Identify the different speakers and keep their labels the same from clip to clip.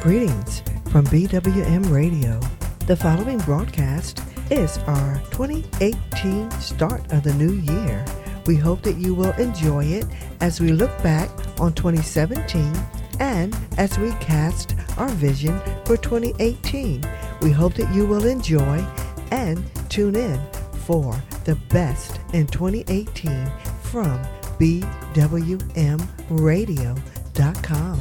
Speaker 1: Greetings from BWM Radio. The following broadcast is our 2018 start of the new year. We hope that you will enjoy it as we look back on 2017 and as we cast our vision for 2018. We hope that you will enjoy and tune in for the best in 2018 from BWMRadio.com.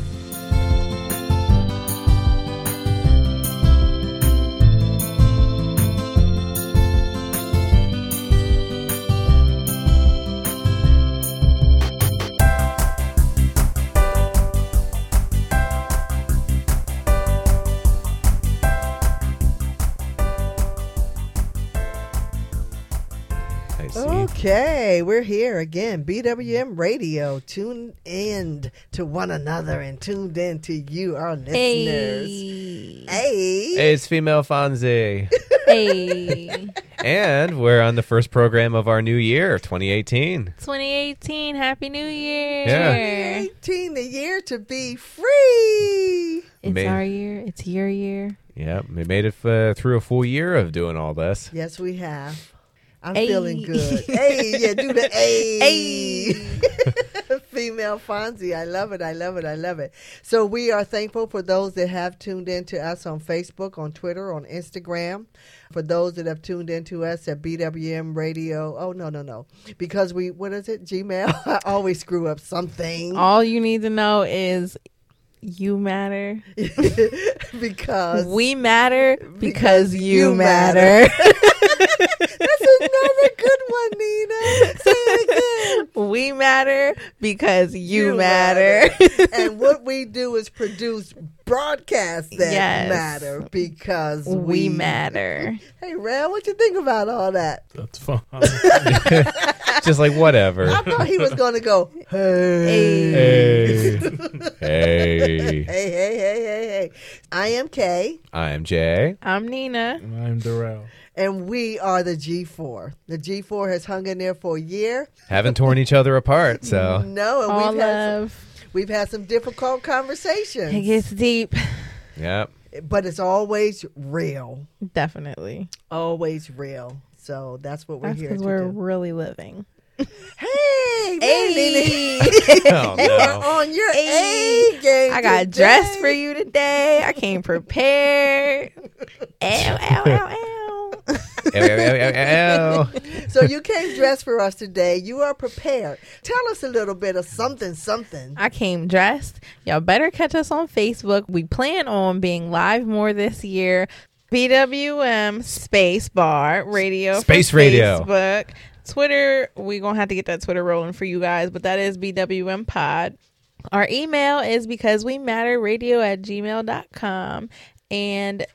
Speaker 2: I see.
Speaker 1: Okay, we're here again. BWM Radio, tuned in to one another and tuned in to you, our listeners.
Speaker 3: Hey.
Speaker 1: Hey,
Speaker 2: Hey, it's female Fonzie.
Speaker 3: Hey.
Speaker 2: and we're on the first program of our new year, 2018.
Speaker 3: 2018. Happy New Year.
Speaker 2: Yeah.
Speaker 1: 18 the year to be free.
Speaker 3: It's
Speaker 2: Amazing.
Speaker 3: our year. It's your year.
Speaker 2: Yep, we made it uh, through a full year of doing all this.
Speaker 1: Yes, we have. I'm
Speaker 3: Ay.
Speaker 1: feeling good. Hey, yeah, do the hey. Female Fonzie. I love it. I love it. I love it. So we are thankful for those that have tuned in to us on Facebook, on Twitter, on Instagram. For those that have tuned in to us at BWM Radio. Oh no, no, no. Because we what is it? Gmail. I always screw up something.
Speaker 3: All you need to know is you matter.
Speaker 1: because
Speaker 3: We matter because you,
Speaker 1: you
Speaker 3: matter.
Speaker 1: that's another good one, Nina. Say it again.
Speaker 3: we matter because you, matter.
Speaker 1: and what we do is produce broadcasts that
Speaker 3: Yes.
Speaker 1: matter because we,
Speaker 3: we matter.
Speaker 1: Hey, Ram, what you think about all that?
Speaker 4: That's fun.
Speaker 2: Just like
Speaker 1: I
Speaker 2: whatever.
Speaker 1: thought he was going to go, hey. Hey.
Speaker 2: hey.
Speaker 1: Hey,
Speaker 2: hey.
Speaker 1: hey, hey, hey, I am Kay,
Speaker 2: I'm Jay.
Speaker 3: I'm Nina.
Speaker 4: And I'm Darrell.
Speaker 1: and we are the G4. The G4 has hung in there for a year.
Speaker 2: Haven't torn each other apart, so
Speaker 1: No, and
Speaker 3: All
Speaker 1: we've had,
Speaker 3: love.
Speaker 1: some, we've had some difficult conversations,
Speaker 3: It gets deep.
Speaker 2: yep.
Speaker 1: but it's always real.
Speaker 3: Definitely.
Speaker 1: Always real. So that's what we're
Speaker 3: That's
Speaker 1: here to
Speaker 3: because we're
Speaker 1: do.
Speaker 3: really living.
Speaker 1: Hey, man, Nina.
Speaker 2: Oh
Speaker 1: You are
Speaker 2: no.
Speaker 1: on your
Speaker 3: Hey,
Speaker 1: A game.
Speaker 3: I got
Speaker 1: today.
Speaker 3: dressed for you today. I came prepared. ow, ow, ow, ow.
Speaker 2: Ew, ew, ew, ew, ew.
Speaker 1: So you came dressed for us today. You are prepared. Tell us a little bit of something, something.
Speaker 3: I came dressed. Y'all better catch us on Facebook. We plan on being live more this year. BWM Space Bar Radio. for
Speaker 2: Space Radio.
Speaker 3: Facebook. Twitter, we're going to have to get that Twitter rolling for you guys, but that is BWM Pod. Our email is because we matter radio at gmail.com. And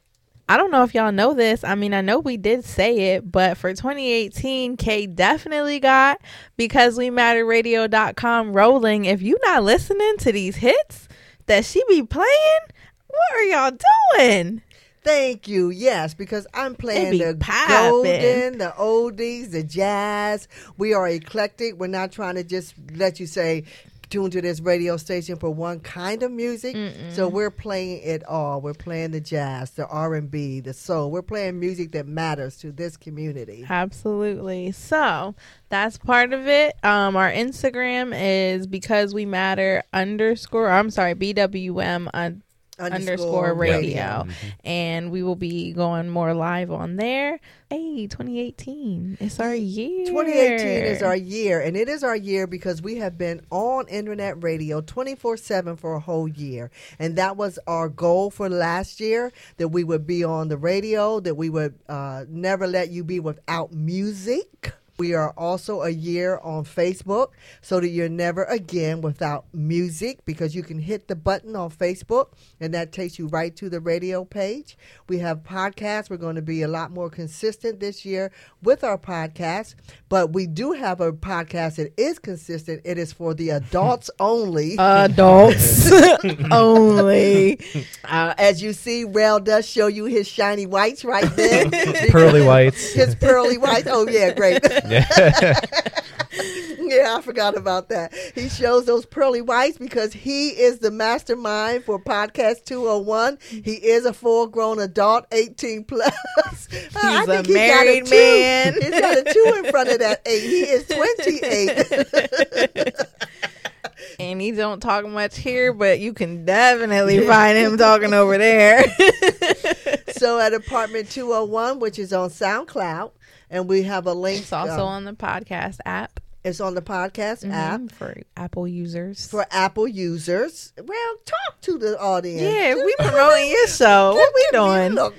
Speaker 3: I don't know if y'all know this. I mean, I know we did say it, but for 2018, K definitely got because we matter radio.com rolling. If you not listening to these hits that she be playing, what are y'all doing?
Speaker 1: Thank you. Yes, because I'm playing
Speaker 3: be
Speaker 1: the
Speaker 3: poppin'.
Speaker 1: golden, the oldies, the jazz. We are eclectic. We're not trying to just let you say tune to this radio station for one kind of music. So we're playing it all. We're playing the jazz, the R&B, the soul. We're playing music that matters to this community.
Speaker 3: Absolutely. So that's part of it. Um, our Instagram is because we matter underscore. I'm sorry, BWM un- underscore radio,
Speaker 1: mm-hmm.
Speaker 3: and we will be going more live on there. Hey, 2018. It's our year.
Speaker 1: 2018 is our year, and it is our year because we have been on internet radio 24 7 for a whole year. And that was our goal for last year that we would be on the radio, that we would uh, never let you be without music. We are also a year on Facebook so that you're never again without music because you can hit the button on Facebook and that takes you right to the radio page. We have podcasts. We're going to be a lot more consistent this year with our podcasts, but we do have a podcast that is consistent. It is for the adults only.
Speaker 3: Uh, adults only.
Speaker 1: Uh, as you see, Rail does show you his shiny whites right there.
Speaker 2: Pearly whites.
Speaker 1: His pearly whites. Oh, yeah, great. yeah, I forgot about that. He shows those pearly whites because he is the mastermind for Podcast 201. He is a full grown adult, 18 plus. He's
Speaker 3: He's a married man.
Speaker 1: He's got a two in front of that eight. He is 28.
Speaker 3: and he don't talk much here, but you can definitely find him talking over there.
Speaker 1: so at apartment 201, which is on SoundCloud, and we have a link.
Speaker 3: it's also
Speaker 1: um,
Speaker 3: on Mm-hmm. the podcast app
Speaker 1: it's on the podcast app.
Speaker 3: app for Apple users.
Speaker 1: Mm-hmm. For Apple users, well, talk to the audience.
Speaker 3: yeah, we promoting your show. What we doing?
Speaker 1: Look,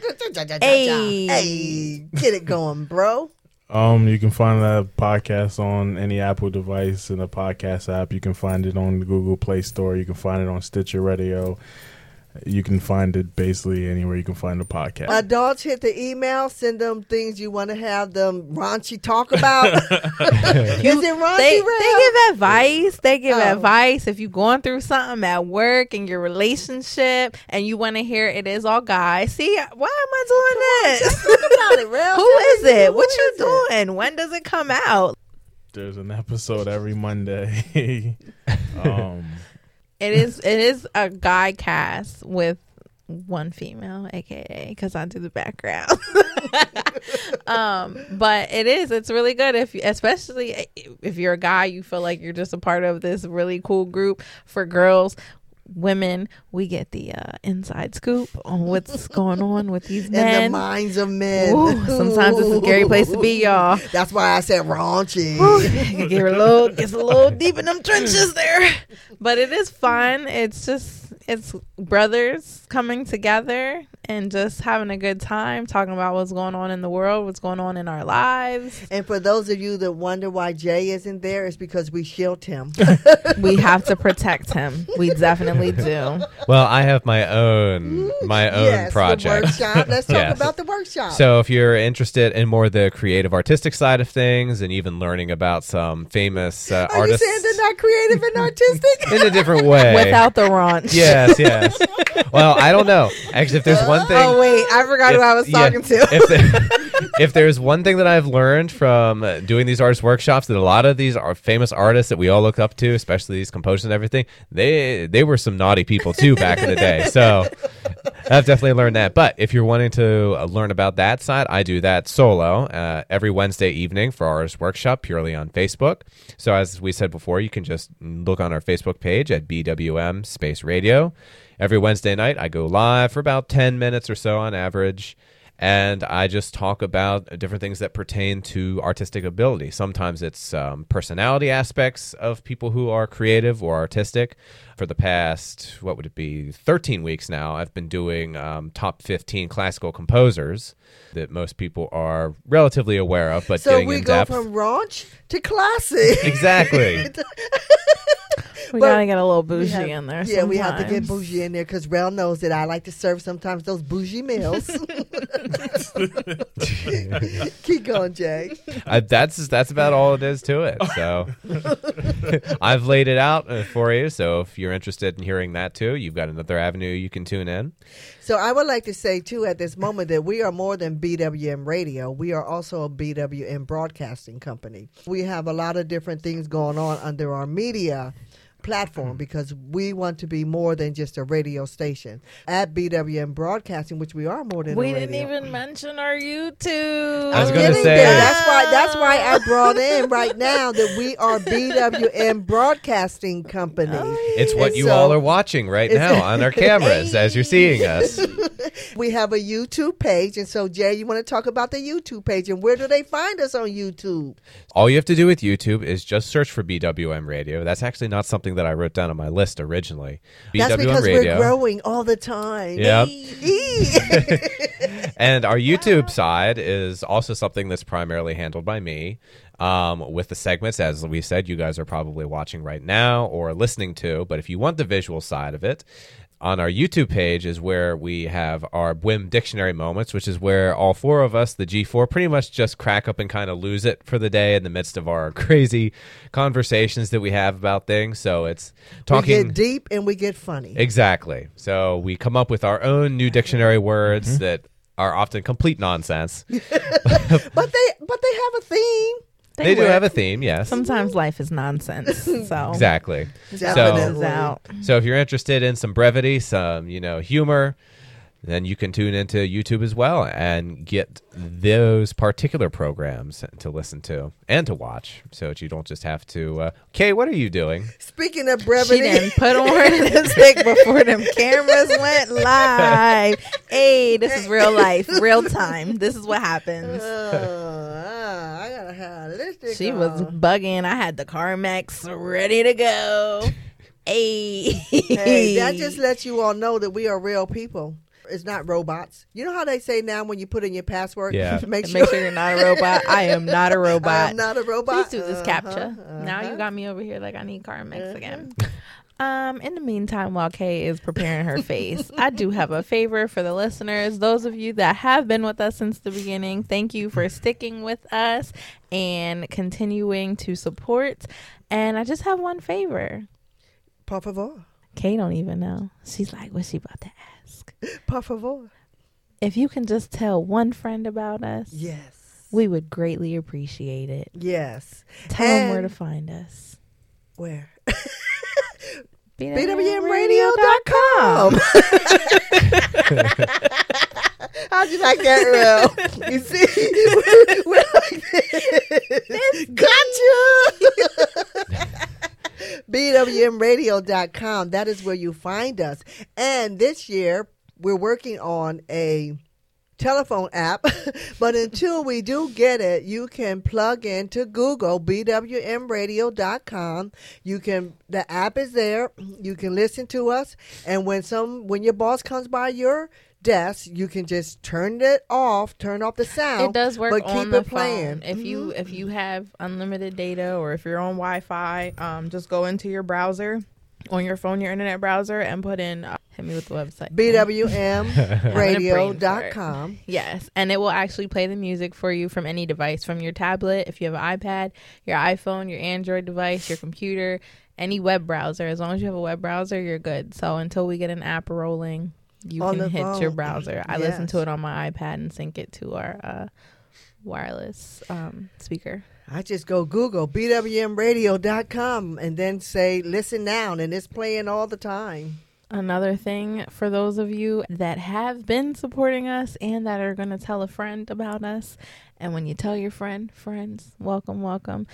Speaker 3: Hey.
Speaker 1: hey, get it going, bro.
Speaker 4: Um, you can find that podcast on any Apple device in the podcast app. You can find it on the Google Play Store. You can find it on Stitcher Radio. You can find it basically anywhere you can find a podcast.
Speaker 1: Adults hit the email, send them things you want to have them raunchy talk about. Is it raunchy?
Speaker 3: They,
Speaker 1: Rev?
Speaker 3: they give advice. They give
Speaker 1: Oh.
Speaker 3: advice if you're going through something at work in your relationship and you want to hear it is all guys. See, why am I doing this?
Speaker 1: Talk about it, Rev.
Speaker 3: Who is it? What
Speaker 1: is
Speaker 3: you doing? When does it come out?
Speaker 4: There's an episode every Monday. um,
Speaker 3: It is it is a guy cast with one female, aka because I do the background. um, but it is it's really good if you- especially if you're a guy, you feel like you're just a part of this really cool group for girls. Women, we get the uh, inside scoop on what's going on with these
Speaker 1: In the
Speaker 3: men.
Speaker 1: minds of men.
Speaker 3: Ooh, sometimes it's a scary place to be, y'all.
Speaker 1: That's why I said raunchy.
Speaker 3: It get a little gets a little deep in them trenches there. But it is fun. It's just it's brothers coming together and just having a good time talking about what's going on in the world, what's going on in our lives.
Speaker 1: And for those of you that wonder why Jay isn't there, it's because we shield him.
Speaker 3: We have to protect him. We definitely do.
Speaker 2: Well, I have my own my own
Speaker 1: yes, The
Speaker 2: project.
Speaker 1: workshop. Let's talk
Speaker 2: Yes.
Speaker 1: about the workshop.
Speaker 2: So if you're interested in more the creative artistic side of things and even learning about some famous uh,
Speaker 1: Are
Speaker 2: artists
Speaker 1: you saying they're not creative and artistic?
Speaker 2: in a different way.
Speaker 3: Without the raunch.
Speaker 2: yes, yes. well, I don't know. Actually, if there's one thing
Speaker 3: Oh wait, I forgot who I was
Speaker 2: yeah,
Speaker 3: talking to.
Speaker 2: if, there- if there's one thing that I've learned from uh, doing these artist workshops, that a lot of these are famous artists that we all look up to, especially these composers and everything, they they were some naughty people too back in the day. So I've definitely learned that. But if you're wanting to uh, learn about that side, I do that solo uh, every Wednesday evening for artist workshop purely on Facebook. So as we said before, you can just look on our Facebook page at BWM Space Radio. Every Wednesday night, I go live for about 10 minutes or so on average and I just talk about different things that pertain to artistic ability. Sometimes it's um, personality aspects of people who are creative or artistic. For the past, what would it be, 13 weeks now, I've been doing um, top 15 classical composers that most people are relatively aware of, but
Speaker 1: So
Speaker 2: getting
Speaker 1: we
Speaker 2: in
Speaker 1: go
Speaker 2: depth.
Speaker 1: from raunch to classic.
Speaker 2: exactly.
Speaker 3: We
Speaker 1: But-
Speaker 3: gotta get a little bougie
Speaker 1: have-
Speaker 3: in there.
Speaker 1: yeah, we have to get
Speaker 3: sometimes.
Speaker 1: bougie in there because Rel knows that I like to serve sometimes those bougie meals. Keep going, Jay.
Speaker 2: I, Uh, that's that's about all it is to it. So I've laid it out uh, for you. So if you're interested in hearing that too, you've got another avenue you can tune in.
Speaker 1: So I would like to say too at this moment that we are more than BWM Radio. We are also a BWM broadcasting company. We have a lot of different things going on under our media
Speaker 3: Mm.
Speaker 1: platform because we want to be more than just a radio station. At BWM Broadcasting, which we are more than
Speaker 3: We
Speaker 1: a radio.
Speaker 3: didn't even mention our YouTube.
Speaker 2: I was
Speaker 1: I'm
Speaker 2: gonna
Speaker 1: getting
Speaker 2: say-
Speaker 1: there. Oh, that's why that's why I brought in right now that we are BWM Broadcasting Company.
Speaker 2: It's what
Speaker 1: And
Speaker 2: you
Speaker 1: so
Speaker 2: all are watching right now on our cameras as you're seeing us.
Speaker 1: We have a YouTube page, and so Jay, you want to talk about the YouTube page and where do they find us on YouTube?
Speaker 2: All you have to do with YouTube is just search for BWM Radio. That's actually not something that I wrote down on my list originally. BWM
Speaker 1: That's because
Speaker 2: Radio.
Speaker 1: we're growing all the time.
Speaker 2: Yep.
Speaker 1: Eee.
Speaker 2: and our YouTube side is also something that's primarily handled by me um, with the segments, as we said, you guys are probably watching right now or listening to. But if you want the visual side of it, on our YouTube page is where we have our Bwim Dictionary moments, which is where all four of us, the G4, pretty much just crack up and kind of lose it for the day in the midst of our crazy conversations that we have about things. So it's
Speaker 1: we
Speaker 2: talking.
Speaker 1: get deep and we get funny.
Speaker 2: Exactly. So we come up with our own new dictionary words that are often complete nonsense.
Speaker 1: But they but they have a theme.
Speaker 3: They,
Speaker 2: They do
Speaker 3: work.
Speaker 2: have a theme, yes.
Speaker 3: Sometimes life is nonsense. So
Speaker 2: Exactly.
Speaker 3: It
Speaker 1: Definitely.
Speaker 3: is out.
Speaker 2: So if you're interested in some brevity, some, you know, humor, then you can tune into YouTube as well and get those particular programs to listen to and to watch so that you don't just have to. Uh, Kay, what are you doing?
Speaker 1: Speaking of
Speaker 3: She
Speaker 1: brevity,
Speaker 3: didn't put on her lipstick before them cameras went live. Hey, this is real life, real time. This is what happens.
Speaker 1: Uh, I gotta have lipstick
Speaker 3: She was
Speaker 1: on.
Speaker 3: bugging. I had the CarMax ready to go. Hey,
Speaker 1: Hey, that just lets you all know that we are real people. It's not robots. You know how they say now when you put in your password,
Speaker 2: Yeah.
Speaker 1: make sure,
Speaker 3: make sure you're not a robot. I am not a robot.
Speaker 1: I'm not a robot.
Speaker 3: Please do this
Speaker 1: Uh-huh,
Speaker 3: captcha. Now
Speaker 1: uh-huh.
Speaker 3: you got me over here like I need CarMax again. Um, in the meantime, while Kay is preparing her face, I do have a favor for the listeners. Those of you that have been with us since the beginning, thank you for sticking with us and continuing to support. And I just have one favor.
Speaker 1: Por favor,
Speaker 3: Kay don't even know. She's like, what's she about to ask?
Speaker 1: por favor.
Speaker 3: If you can just tell one friend about us,
Speaker 1: Yes,
Speaker 3: we would greatly appreciate it.
Speaker 1: yes.
Speaker 3: Tell them where to
Speaker 1: And-
Speaker 3: find us.
Speaker 1: Where?
Speaker 3: BWMRadio.com. Um.
Speaker 1: BWMRadio.com. How'd you like that, Real? You see, we're like this. Gotcha. BWMRadio.com. That is where you find us. And this year, we're working on a telephone app. but until we do get it, you can plug into Google bwmradio.com. You can the app is there. You can listen to us and when some when your boss comes by your desk, you can just turn it off, turn off the sound.
Speaker 3: It does work
Speaker 1: but
Speaker 3: on
Speaker 1: keep
Speaker 3: the
Speaker 1: it playing. Mm-hmm.
Speaker 3: phone. If you if you have unlimited data or if you're on Wi-Fi, um, just go into your browser on your phone, your internet browser, and put in. Uh, hit me with the website.
Speaker 1: bwmradio.com.
Speaker 3: Yes, and it will actually play the music for you from any device, from your tablet, if you have an iPad, your iPhone, your Android device, your computer, any web browser. As long as you have a web browser, you're good. So until we get an app rolling, you
Speaker 1: On
Speaker 3: can
Speaker 1: the
Speaker 3: hit your
Speaker 1: phone.
Speaker 3: browser. I listen to
Speaker 1: Yes.
Speaker 3: it on my iPad and sync it to our uh, wireless um, speaker.
Speaker 1: I just go Google bwmradio.com and then say listen now and it's playing all the time.
Speaker 3: Another thing for those of you that have been supporting us and that are going to tell a friend about us, and when you tell your friend, friends, welcome, welcome.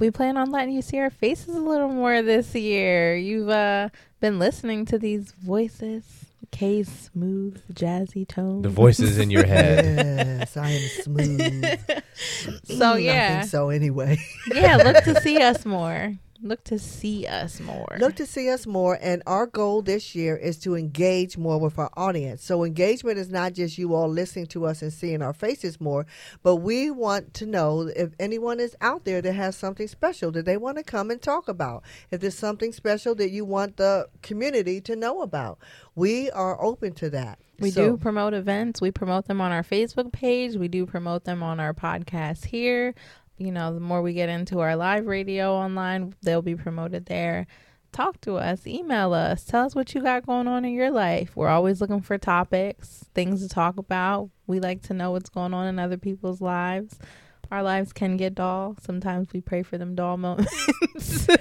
Speaker 3: We plan on letting you see our faces a little more this year. You've uh, been listening to these voices, Kay's smooth, jazzy tone.
Speaker 2: The voices in your head.
Speaker 1: Yes, I am smooth. Mm,
Speaker 3: So
Speaker 1: I think
Speaker 3: yeah,
Speaker 1: so anyway.
Speaker 3: yeah. Look to see us more. Look to see us more.
Speaker 1: Look to see us more, and our goal this year is to engage more with our audience. So, engagement is not just you all listening to us and seeing our faces more, but we want to know if anyone is out there that has something special that they want to come and talk about. If there's something special that you want the community to know about, we are open to that.
Speaker 3: We
Speaker 1: So-
Speaker 3: do promote events. We promote them on our Facebook page. We do promote them on our podcast here. You know, the more we get into our live radio online, they'll be promoted there. Talk to us, email us, tell us what you got going on in your life. We're always looking for topics, things to talk about. We like to know what's going on in other people's lives. Our lives can get dull. Sometimes we pray for them dull moments.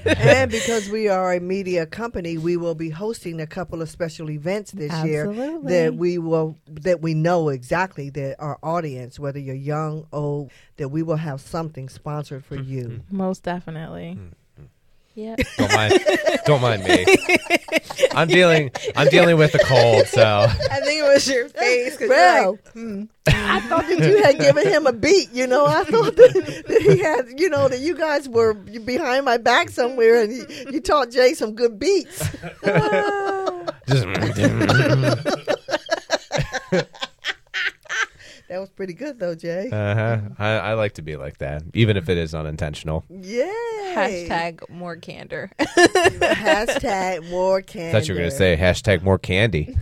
Speaker 1: and because we are a media company, we will be hosting a couple of special events this year
Speaker 3: Absolutely.
Speaker 1: that we will that we know exactly that our audience, whether you're young, old, that we will have something sponsored for you.
Speaker 2: Mm-hmm.
Speaker 3: Most definitely. Yep.
Speaker 2: Don't mind, don't mind me. I'm dealing. I'm dealing with a cold, so
Speaker 3: I think it was your face.
Speaker 1: Well,
Speaker 3: hmm.
Speaker 1: I thought that you had given him a beat. You know, I thought that, that he had. You know, that you guys were behind my back somewhere, and you, you taught Jay some good beats.
Speaker 2: just
Speaker 1: That was pretty good, though, Jay.
Speaker 2: uh-huh. I, I like to be like that, even if it is unintentional.
Speaker 1: Yeah.
Speaker 3: Hashtag more candor.
Speaker 1: Hashtag more
Speaker 2: I
Speaker 1: candy.
Speaker 2: thought you were gonna say hashtag more candy.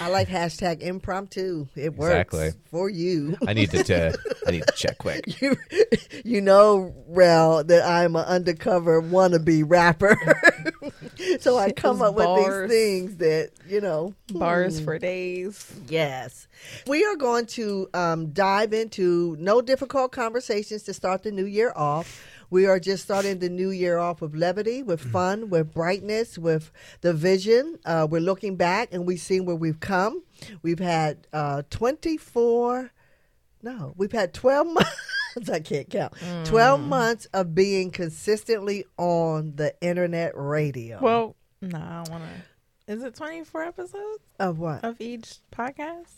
Speaker 1: I like hashtag impromptu. It works
Speaker 2: Exactly.
Speaker 1: for you.
Speaker 2: I need to. T- I need to check quick.
Speaker 1: you, you know, Rel, that I'm an undercover wannabe rapper. so I come up with
Speaker 3: bars.
Speaker 1: hmm. these things that, you know.
Speaker 3: Bars for days.
Speaker 1: Yes. We are going want to um, dive into no difficult conversations to start the new year off. We are just starting the new year off with levity, with fun, with brightness, with the vision. Uh, we're looking back and we've seen where we've come. We've had uh, 24, no, we've had 12 months, I can't count, 12 months of being consistently on the internet radio.
Speaker 3: Well, no, I want to. Is it 24 episodes
Speaker 1: of what?
Speaker 3: of each podcast?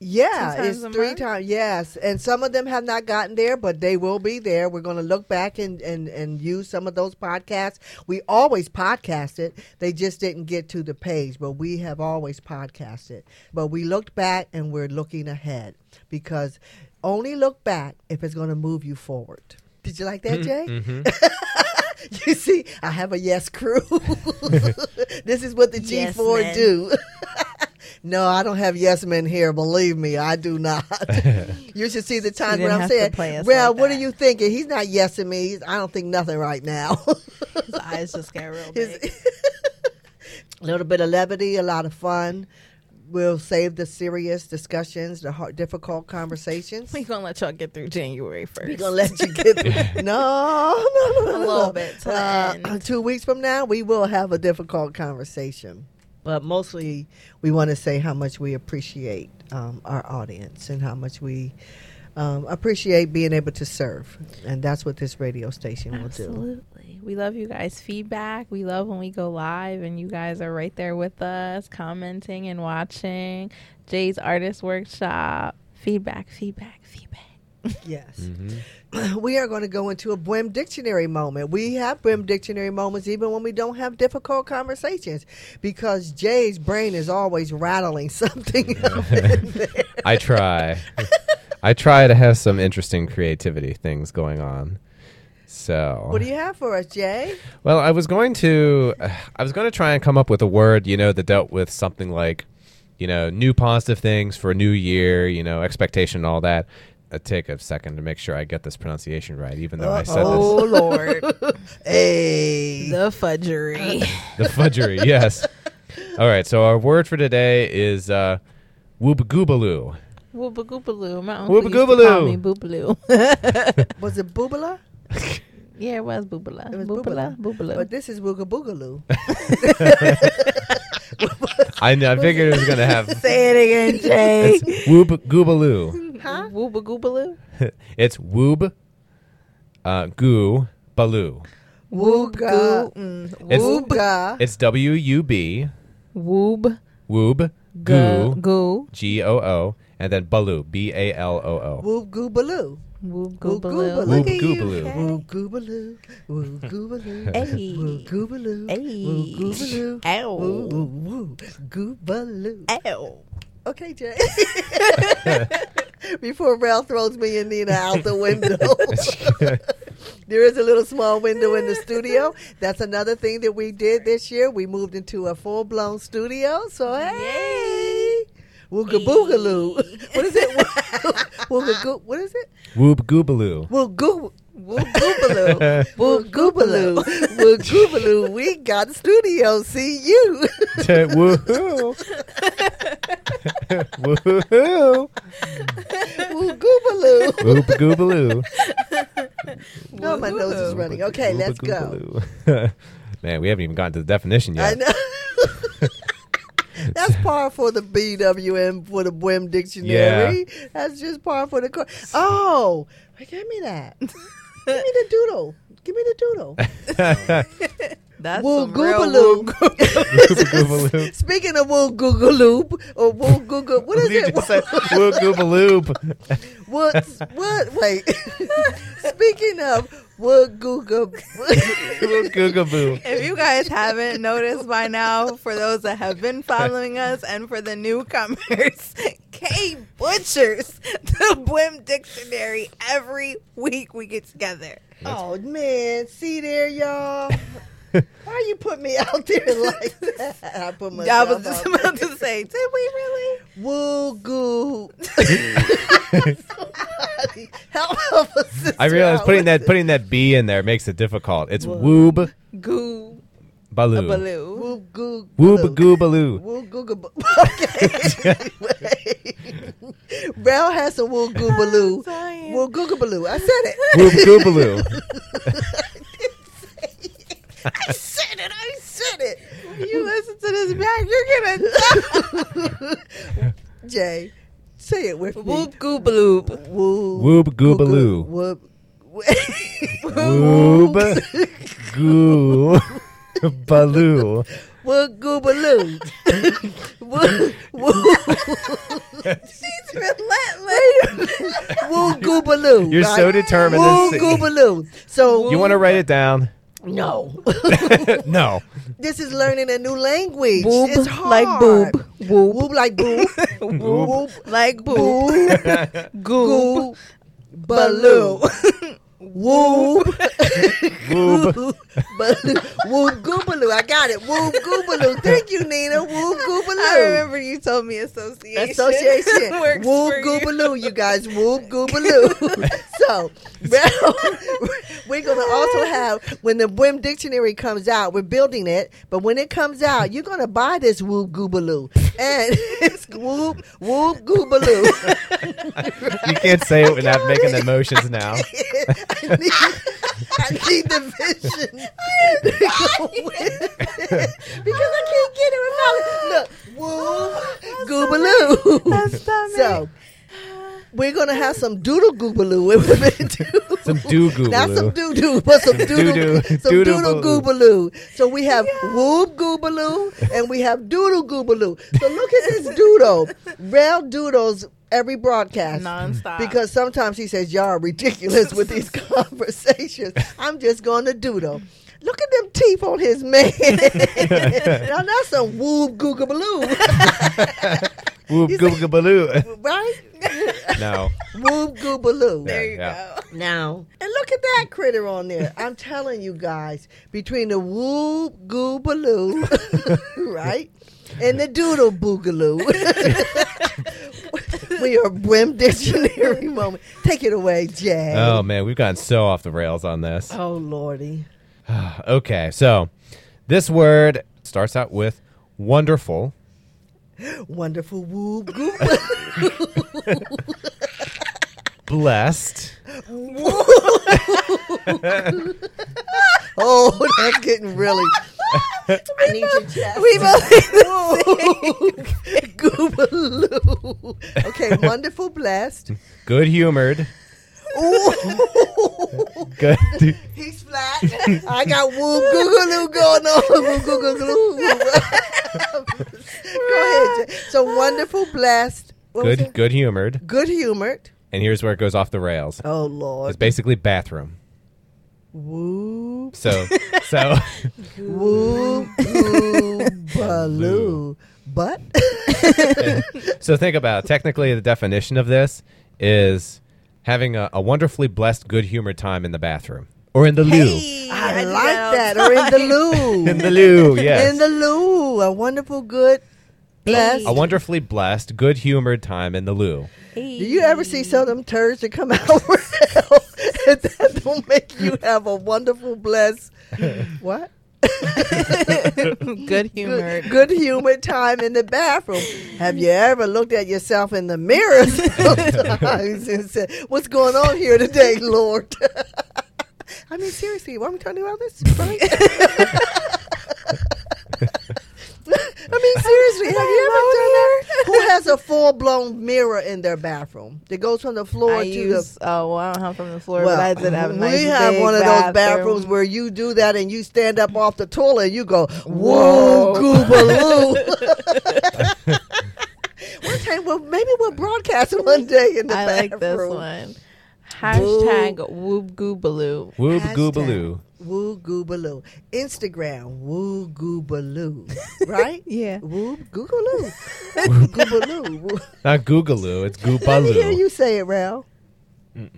Speaker 1: Yeah,
Speaker 3: Two times
Speaker 1: it's
Speaker 3: a
Speaker 1: three
Speaker 3: month?
Speaker 1: times. Yes, and some of them have not gotten there, but they will be there. We're going to look back and, and and use some of those podcasts. We always podcasted; they just didn't get to the page, but we have always podcasted. But we looked back and we're looking ahead because only look back if it's going to move you forward. Did you like that, Jay? You see, I have a yes crew. this is what the
Speaker 3: Yes
Speaker 1: G4
Speaker 3: men.
Speaker 1: do. no, I don't have yes men here. Believe me, I do not. you should see the time when
Speaker 3: didn't
Speaker 1: I'm
Speaker 3: have to
Speaker 1: saying,
Speaker 3: play us
Speaker 1: well,
Speaker 3: like
Speaker 1: what
Speaker 3: that."
Speaker 1: are you thinking? He's not yesing me. He's, I don't think nothing right now.
Speaker 3: His eyes just got real
Speaker 1: His-
Speaker 3: big.
Speaker 1: a little bit of levity, a lot of fun. We'll save the serious discussions, the hard, difficult conversations.
Speaker 3: we gonna let y'all get through January 1st.
Speaker 1: We're gonna let you get through. no, no, no, no,
Speaker 3: A
Speaker 1: no.
Speaker 3: little bit till the
Speaker 1: Uh,
Speaker 3: end.
Speaker 1: Two weeks from now, we will have a difficult conversation, but mostly we want to say how much we appreciate um, our audience and how much we um, appreciate being able to serve, and that's what this radio station will do.
Speaker 3: Absolutely. We love you guys' feedback. We love when we go live and you guys are right there with us, commenting and watching. Jay's Artist Workshop. Feedback, feedback, feedback.
Speaker 1: Yes.
Speaker 2: Mm.
Speaker 1: we are going to go into a Brim Dictionary moment. We have Brim Dictionary moments even when we don't have difficult conversations because Jay's brain is always rattling something up in there.
Speaker 2: I try. I try to have some interesting creativity things going on. So
Speaker 1: What do you have for us, Jay?
Speaker 2: Well, I was going to, I was going to try and come up with a word, you know, that dealt with something like, you know, new positive things for a new year, you know, expectation and all that. I take a second to make sure I get this pronunciation right, even though I said this.
Speaker 3: Oh, Lord.
Speaker 1: Hey.
Speaker 3: the fudgery.
Speaker 2: The fudgery, yes. All right, so our word for today is uh, whoop-goobaloo.
Speaker 3: Whoobagoobaloo. My uncle used to
Speaker 2: Whoopagoobaloo.
Speaker 3: call me Boobaloo.
Speaker 1: Was it boobala?
Speaker 3: yeah, it was Boobala.
Speaker 1: It was Boobala.
Speaker 3: boobala. Boobaloo.
Speaker 1: But this is Wooga Boogaloo.
Speaker 2: I, know, I figured it was going to have
Speaker 3: Say it again, Jay.
Speaker 2: whoop-goobaloo.
Speaker 1: Huh?
Speaker 3: Woobagoobaloo.
Speaker 2: It's woob, uh, goo, baloo.
Speaker 1: Wooga.
Speaker 3: Mm.
Speaker 2: It's-
Speaker 1: Wooga.
Speaker 2: It's W-U-B,
Speaker 3: Woob.
Speaker 2: woob, goo,
Speaker 3: Goo. Goo.
Speaker 2: G O O, and then Baloo, B A L O O.
Speaker 1: Woo Goobaloo. Goobaloo.
Speaker 3: Woob goobaloo.
Speaker 1: Look
Speaker 2: Whoop
Speaker 1: at you,
Speaker 2: goobaloo.
Speaker 1: Woo Goobaloo. Woo Goobaloo.
Speaker 3: Hey.
Speaker 1: Woo Goobaloo. Woo Goobaloo.
Speaker 3: Hey. Ow.
Speaker 1: Woo woo woo. Goobaloo.
Speaker 3: Ow.
Speaker 1: Okay, Jay. Before Ralph throws me and Nina out the window. There is a little small window in the studio. That's another thing that we did this year. We moved into a full blown studio. So hey, wooga boogaloo. What is it? Wooga goo. What is it?
Speaker 2: Whoop goobaloo.
Speaker 1: Woogoo. Woogoobaloo. Woogoobaloo. Woogoobaloo. We got studio. See you.
Speaker 2: Woohoo. Woohoo.
Speaker 1: Woogoobaloo.
Speaker 2: Whoop goobaloo.
Speaker 1: No, my nose is running. Okay,
Speaker 2: Whoop
Speaker 1: let's go.
Speaker 2: goobaloo. Man, we haven't even gotten to the definition
Speaker 1: I
Speaker 2: yet.
Speaker 1: know. That's par for the BWM for the BWM dictionary. That's just par for the course. Oh, give me that. give me the doodle. Give me the doodle.
Speaker 3: That's
Speaker 1: Woo
Speaker 3: some real
Speaker 1: goobaloo.
Speaker 3: woo-
Speaker 2: Whoop goobaloo.
Speaker 1: Speaking of woo googaloop or woo google, what is
Speaker 2: You
Speaker 1: it?
Speaker 2: just said whoop goobaloo.
Speaker 1: What? What? Wait. Speaking of woo google,
Speaker 2: Whoop googaboo.
Speaker 3: If you guys haven't noticed by now, for those that have been following us and for the newcomers, Kay butchers the Blim Dictionary every week we get together.
Speaker 1: oh man, see there, y'all. Why you put me out there like that? I put
Speaker 3: I
Speaker 1: myself
Speaker 3: was just
Speaker 1: out there.
Speaker 3: about to say, did we really?
Speaker 1: Woo goo. Somebody help a sister
Speaker 2: I realize
Speaker 1: out
Speaker 2: putting
Speaker 1: with
Speaker 2: that
Speaker 1: this.
Speaker 2: putting that B in there makes it difficult. It's woob
Speaker 3: Goo
Speaker 2: baloo.
Speaker 3: baloo.
Speaker 1: Woo goo.
Speaker 2: Woob goobaloo.
Speaker 1: Woo goo. Okay. Anyway. Rel has some wool goobaloo.
Speaker 3: Zion.
Speaker 1: Wool goobaloo. I said it.
Speaker 2: Whoop goobaloo.
Speaker 1: I said it. I said it.
Speaker 3: you listen to this back, you're gonna die.
Speaker 1: Jay, say it with me.
Speaker 3: Whoop goop bloop.
Speaker 1: Woo.
Speaker 2: Whoop goobaloo.
Speaker 1: Whoop.
Speaker 2: Whoop goo baloo.
Speaker 1: Whoop goobaloo. Woo. Woo.
Speaker 3: She's relentless.
Speaker 1: Woo goobaloo.
Speaker 2: You're so
Speaker 1: right?
Speaker 2: determined.
Speaker 1: Woo
Speaker 2: to see.
Speaker 1: goobaloo. So
Speaker 2: You want to write it down?
Speaker 1: no.
Speaker 2: No.
Speaker 1: this is learning a new language.
Speaker 3: Boob
Speaker 1: it's hard.
Speaker 3: like boob.
Speaker 1: Whoop. Whoop like boob.
Speaker 3: Whoop like boo.
Speaker 1: Boob. Goo.
Speaker 3: Goop.
Speaker 1: Baloo. Woo.
Speaker 2: Whoop.
Speaker 1: Woo goobaloo. I got it. Woo goobaloo. Thank you, Nina. Woo
Speaker 3: I
Speaker 1: goobaloo.
Speaker 3: remember you told me association.
Speaker 1: Association.
Speaker 3: works
Speaker 1: Woo
Speaker 3: for you.
Speaker 1: goobaloo, you guys. Woo goobaloo. so, well, we're going to also have, when the Wim Dictionary comes out, we're building it, but when it comes out, you're going to buy this woo goobaloo. And it's whoop, whoop goobaloo.
Speaker 2: You can't say it without making the motions now.
Speaker 1: I need, I need the vision to go with it. because I can't get it without it. Look, woo, goobaloo.
Speaker 3: That's not me.
Speaker 1: So we're gonna have some doodle goobaloo. We're gonna do-
Speaker 2: Some do
Speaker 1: Not some doo
Speaker 2: goobaloo.
Speaker 1: doo, but some doodle,
Speaker 2: doodoo.
Speaker 1: some
Speaker 2: Doodle
Speaker 1: doodle goobaloo. So we have whoop goobaloo and we have doodle goobaloo. So look at this doodle, rail doodles every broadcast
Speaker 3: Nonstop.
Speaker 1: because sometimes he says y'all are ridiculous with these conversations. I'm just going to doodle. Look at them teeth on his man. now that's some whoop googa baloo,
Speaker 2: Whoop goobaloo.
Speaker 1: right?
Speaker 2: No.
Speaker 1: Whoop goobaloo.
Speaker 2: Yeah,
Speaker 3: there you
Speaker 2: yeah.
Speaker 3: go.
Speaker 1: Now and look at that critter on there. I'm telling you guys, between the whoop goobaloo, right, and the doodle boogaloo, we are brim dictionary moment. Take it away, Jay.
Speaker 2: Oh man, we've gotten so off the rails on this.
Speaker 1: Oh lordy.
Speaker 2: Okay, so this word starts out with wonderful.
Speaker 1: Wonderful woo gooba.
Speaker 2: blessed,
Speaker 1: oh, that's getting really I need your chest.
Speaker 3: We both
Speaker 1: Goobaloo. Okay, wonderful blessed.
Speaker 2: good humored,
Speaker 1: Ooh.
Speaker 2: good
Speaker 1: He's flat. I got woo googaloo going on. Woo googaloo. Go ahead. Jay. So wonderful blessed. What was
Speaker 2: good
Speaker 1: it?
Speaker 2: good humored.
Speaker 1: Good humored.
Speaker 2: And here's where it goes off the rails.
Speaker 1: Oh
Speaker 2: It's
Speaker 1: Lord.
Speaker 2: basically bathroom.
Speaker 1: Woo
Speaker 2: So so
Speaker 1: woo goobaloo. But
Speaker 2: so think about it. technically the definition of this is having a, a wonderfully blessed good humored time in the bathroom or in the
Speaker 3: Hey,
Speaker 1: I,
Speaker 3: do all
Speaker 1: like that.
Speaker 3: the
Speaker 1: Or in the
Speaker 3: time.
Speaker 1: loo.
Speaker 2: loo. In the loo, yes.
Speaker 1: In the loo. A wonderful good blessed.
Speaker 2: a wonderfully blessed good humored time in the loo.
Speaker 1: Do you ever see some of them turds that come out real? and that don't make you have a wonderful, blessed, what?
Speaker 3: good humor?
Speaker 1: Good, good humored time in the bathroom. Have you ever looked at yourself in the mirror sometimes and said, "What's going on here today, Lord?" I mean, seriously, why am I talking about this? Right? I mean, seriously, have you ever done that? Who has a full blown mirror in their bathroom that goes from the floor
Speaker 3: I
Speaker 1: to the
Speaker 3: use, oh, well, I don't have from the floor, but I did have a nice
Speaker 1: we have
Speaker 3: big
Speaker 1: one of those bathrooms
Speaker 3: bathroom.
Speaker 1: where you do that and you stand up off the toilet and you go, whoa,
Speaker 3: Whoa.
Speaker 1: goobaloo. one time, well, maybe we'll broadcast one day in the
Speaker 3: I like this
Speaker 1: bathroom.
Speaker 3: one. Hashtag whoop goobaloo.
Speaker 2: Woob
Speaker 1: Hashtag.
Speaker 2: goobaloo.
Speaker 1: Woo goobaloo. Instagram, woo goobaloo. Right?
Speaker 3: Yeah.
Speaker 1: Woo goobaloo. goobaloo. Woo-
Speaker 2: Not googaloo, it's
Speaker 1: Let me hear
Speaker 2: goobaloo.
Speaker 1: you say it, Ralph.
Speaker 2: Smart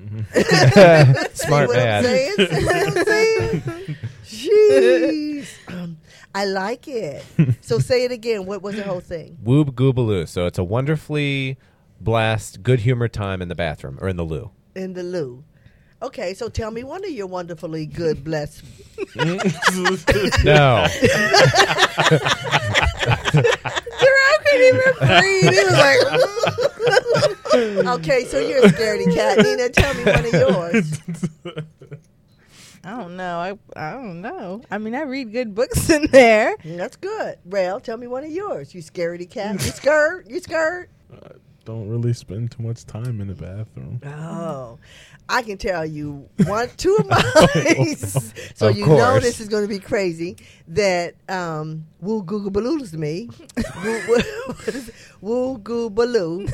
Speaker 1: See what I'm
Speaker 2: man.
Speaker 1: saying? See what I'm saying? Jeez. Um, I like it. So say it again. What was the whole thing?
Speaker 2: Woob goobaloo. So it's a wonderfully blessed good humored time in the bathroom or in the loo.
Speaker 1: In the loo. Okay, so tell me one of your wonderfully good, blessed.
Speaker 2: No.
Speaker 1: Jerome couldn't even breathe. He was like, Okay, so you're a scaredy cat. Nina, tell me one of yours.
Speaker 3: I don't know. I, I don't know. I mean, I read good books in there.
Speaker 1: That's good. Rail, tell me one of yours. You scaredy cat. You scared. You scared.
Speaker 4: Don't really spend too much time in the bathroom.
Speaker 1: Oh, I can tell you one, two of mine. so
Speaker 2: Oh, Of
Speaker 1: you know
Speaker 2: course.
Speaker 1: this is going to be crazy. That um, woo goo baloo's me. Woo- woo- woo goo baloo.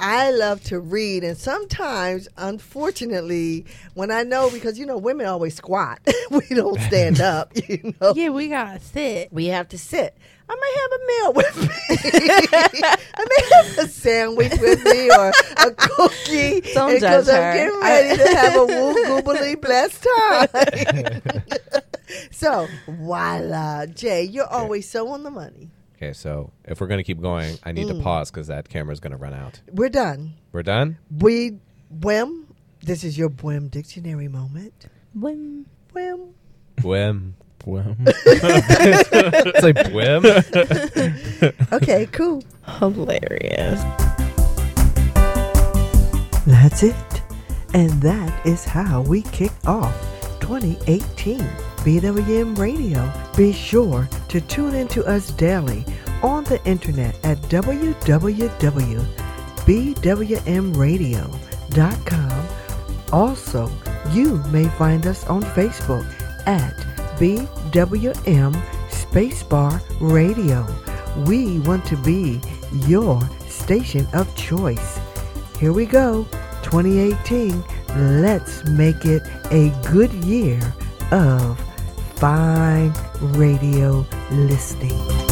Speaker 1: I love to read, and sometimes, unfortunately, when I know because you know women always squat, we don't stand up. You know,
Speaker 3: Yeah, we gotta sit.
Speaker 1: we have to sit. I might have a meal with me. I may have a sandwich with me or a cookie
Speaker 3: Don't
Speaker 1: because
Speaker 3: judge
Speaker 1: I'm
Speaker 3: her.
Speaker 1: getting
Speaker 3: I-
Speaker 1: ready to have a woo goobly blessed time. so, voila, Jay, you're always so on the money.
Speaker 2: Okay, so if we're gonna keep going, I need to
Speaker 1: Mm.
Speaker 2: pause because that camera's gonna run out.
Speaker 1: We're done.
Speaker 2: We're done.
Speaker 1: We, Bwem, this is your Bwem dictionary moment.
Speaker 3: When
Speaker 1: Bwem.
Speaker 2: Whim.
Speaker 4: Well,
Speaker 2: it's like whim.
Speaker 1: Okay, cool.
Speaker 3: hilarious.
Speaker 1: That's it. And that is how we kick off 2018 BWM Radio. Be sure to tune in to us daily on the internet at www.bwmradio.com. Also, you may find us on Facebook at BWM Spacebar Radio. We want to be your station of choice. Here we go, 2018. Let's make it a good year of fine radio listening.